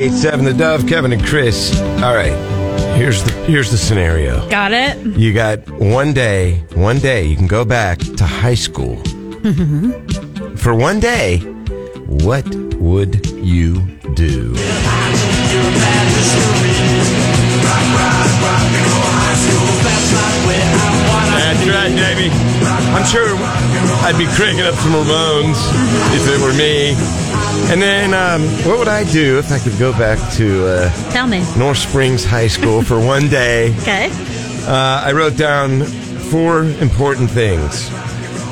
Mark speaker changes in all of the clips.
Speaker 1: Eight seven the dove, Kevin and Chris. All right, here's the here's the scenario.
Speaker 2: Got it.
Speaker 1: You got one day, one day you can go back to high school. For one day, what would you do? That's right, baby. I'm sure I'd be cranking up some Ramones if it were me. And then, um, what would I do if I could go back to uh,
Speaker 2: Tell me.
Speaker 1: North Springs High School for one day?
Speaker 2: Okay.
Speaker 1: Uh, I wrote down four important things.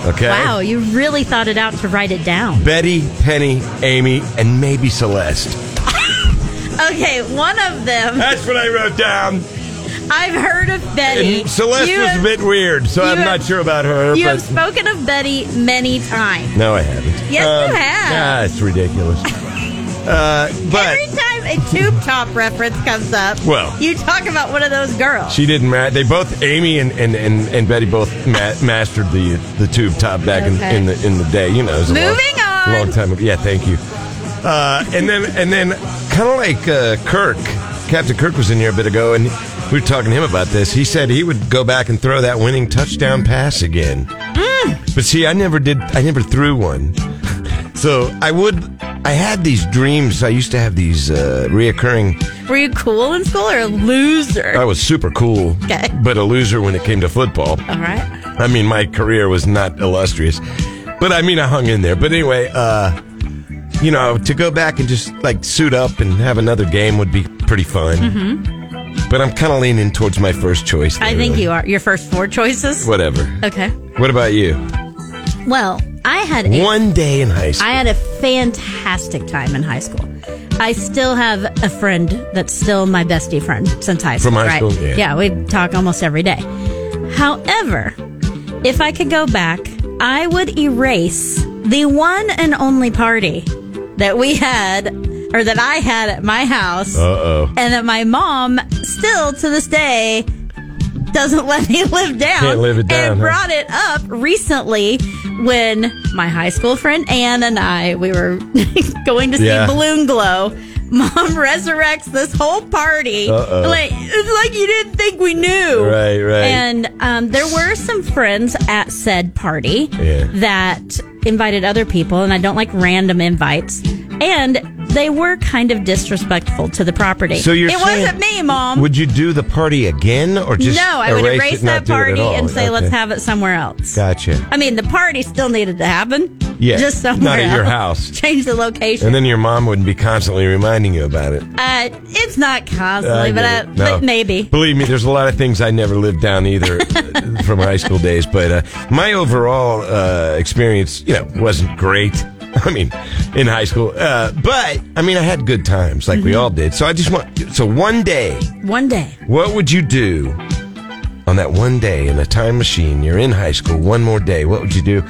Speaker 1: Okay.
Speaker 2: Wow, you really thought it out to write it down.
Speaker 1: Betty, Penny, Amy, and maybe Celeste.
Speaker 2: Okay, one of them.
Speaker 1: That's what I wrote down.
Speaker 2: I've heard of Betty.
Speaker 1: And Celeste
Speaker 2: You
Speaker 1: was
Speaker 2: have-
Speaker 1: a bit weird, so
Speaker 2: you
Speaker 1: I'm
Speaker 2: have-
Speaker 1: not sure about her.
Speaker 2: You
Speaker 1: but
Speaker 2: have spoken of Betty many times.
Speaker 1: no, I haven't. Um,
Speaker 2: Yes, you have.
Speaker 1: Nah, it's ridiculous. uh, but
Speaker 2: Every time a tube top reference comes up,
Speaker 1: Well.
Speaker 2: you talk about one of those girls.
Speaker 1: she didn't. Ma- they both, Amy and and, and, and Betty, both ma- mastered the the tube top back
Speaker 2: Okay.
Speaker 1: in, in the in the day. You know, it was a
Speaker 2: Moving
Speaker 1: long,
Speaker 2: on.
Speaker 1: long time ago. Yeah, thank you. Uh, and then and then, kind of like uh, Kirk, Captain Kirk was in here a bit ago, and we were talking to him about this. He said he would go back and throw that winning touchdown pass again.
Speaker 2: Hmm.
Speaker 1: But see, I never did. I never threw one. So I would. I had these dreams. I used to have these uh, reoccurring.
Speaker 2: Were you cool in school or a loser?
Speaker 1: I was super cool,
Speaker 2: Okay.
Speaker 1: but a loser when it came to football.
Speaker 2: All right.
Speaker 1: I mean, my career was not illustrious, but I mean, I hung in there. But anyway, uh, you know, to go back and just like suit up and have another game would be pretty fun. Mm-hmm. But I'm kind of leaning towards my first choice.
Speaker 2: I
Speaker 1: there,
Speaker 2: think
Speaker 1: really.
Speaker 2: you are. Your first four choices?
Speaker 1: Whatever.
Speaker 2: Okay.
Speaker 1: What about you?
Speaker 2: Well, I had a
Speaker 1: One day in high school.
Speaker 2: I had a fantastic time in high school. I still have a friend that's still my bestie friend since high school.
Speaker 1: From high school,
Speaker 2: right?
Speaker 1: yeah.
Speaker 2: we talk almost every day. However, if I could go back, I would erase the one and only party that we had, or that I had at my house,
Speaker 1: Uh oh.
Speaker 2: and that my mom still to this day doesn't let me live down.
Speaker 1: Can't live it down,
Speaker 2: And
Speaker 1: huh?
Speaker 2: brought it up recently when my high school friend Ann and I we were going to see
Speaker 1: Yeah.
Speaker 2: Balloon Glow. Mom resurrects this whole party.
Speaker 1: Uh-oh.
Speaker 2: Like it's like you didn't think we knew.
Speaker 1: Right, right.
Speaker 2: And um, there were some friends at said party
Speaker 1: Yeah.
Speaker 2: that invited other people, and I don't like random invites. And they were kind of disrespectful to the property.
Speaker 1: So you're
Speaker 2: it
Speaker 1: saying-
Speaker 2: wasn't me, mom.
Speaker 1: Would you do the party again, or just
Speaker 2: no, I would
Speaker 1: erase,
Speaker 2: erase
Speaker 1: it, not
Speaker 2: that
Speaker 1: do it at
Speaker 2: party
Speaker 1: all?
Speaker 2: and say, let's
Speaker 1: Okay.
Speaker 2: have it somewhere else.
Speaker 1: Gotcha.
Speaker 2: I mean, the party still needed to happen.
Speaker 1: Yeah,
Speaker 2: just
Speaker 1: not
Speaker 2: somewhere
Speaker 1: at your
Speaker 2: else.
Speaker 1: house.
Speaker 2: Change the location.
Speaker 1: And then your mom wouldn't be constantly reminding you about it.
Speaker 2: uh, it's not
Speaker 1: I
Speaker 2: constantly, but,
Speaker 1: get
Speaker 2: I,
Speaker 1: it. No.
Speaker 2: but uh, maybe.
Speaker 1: Believe me, there's a lot of things I never lived down either uh, from high school days. But uh, my overall uh, experience, you know, wasn't great. I mean, in high school, uh, but I mean, I had good times, like we all did. So I just want, so one day,
Speaker 2: One day.
Speaker 1: what would you do on that one day in a time machine? You're in high school, one more day. What would you do?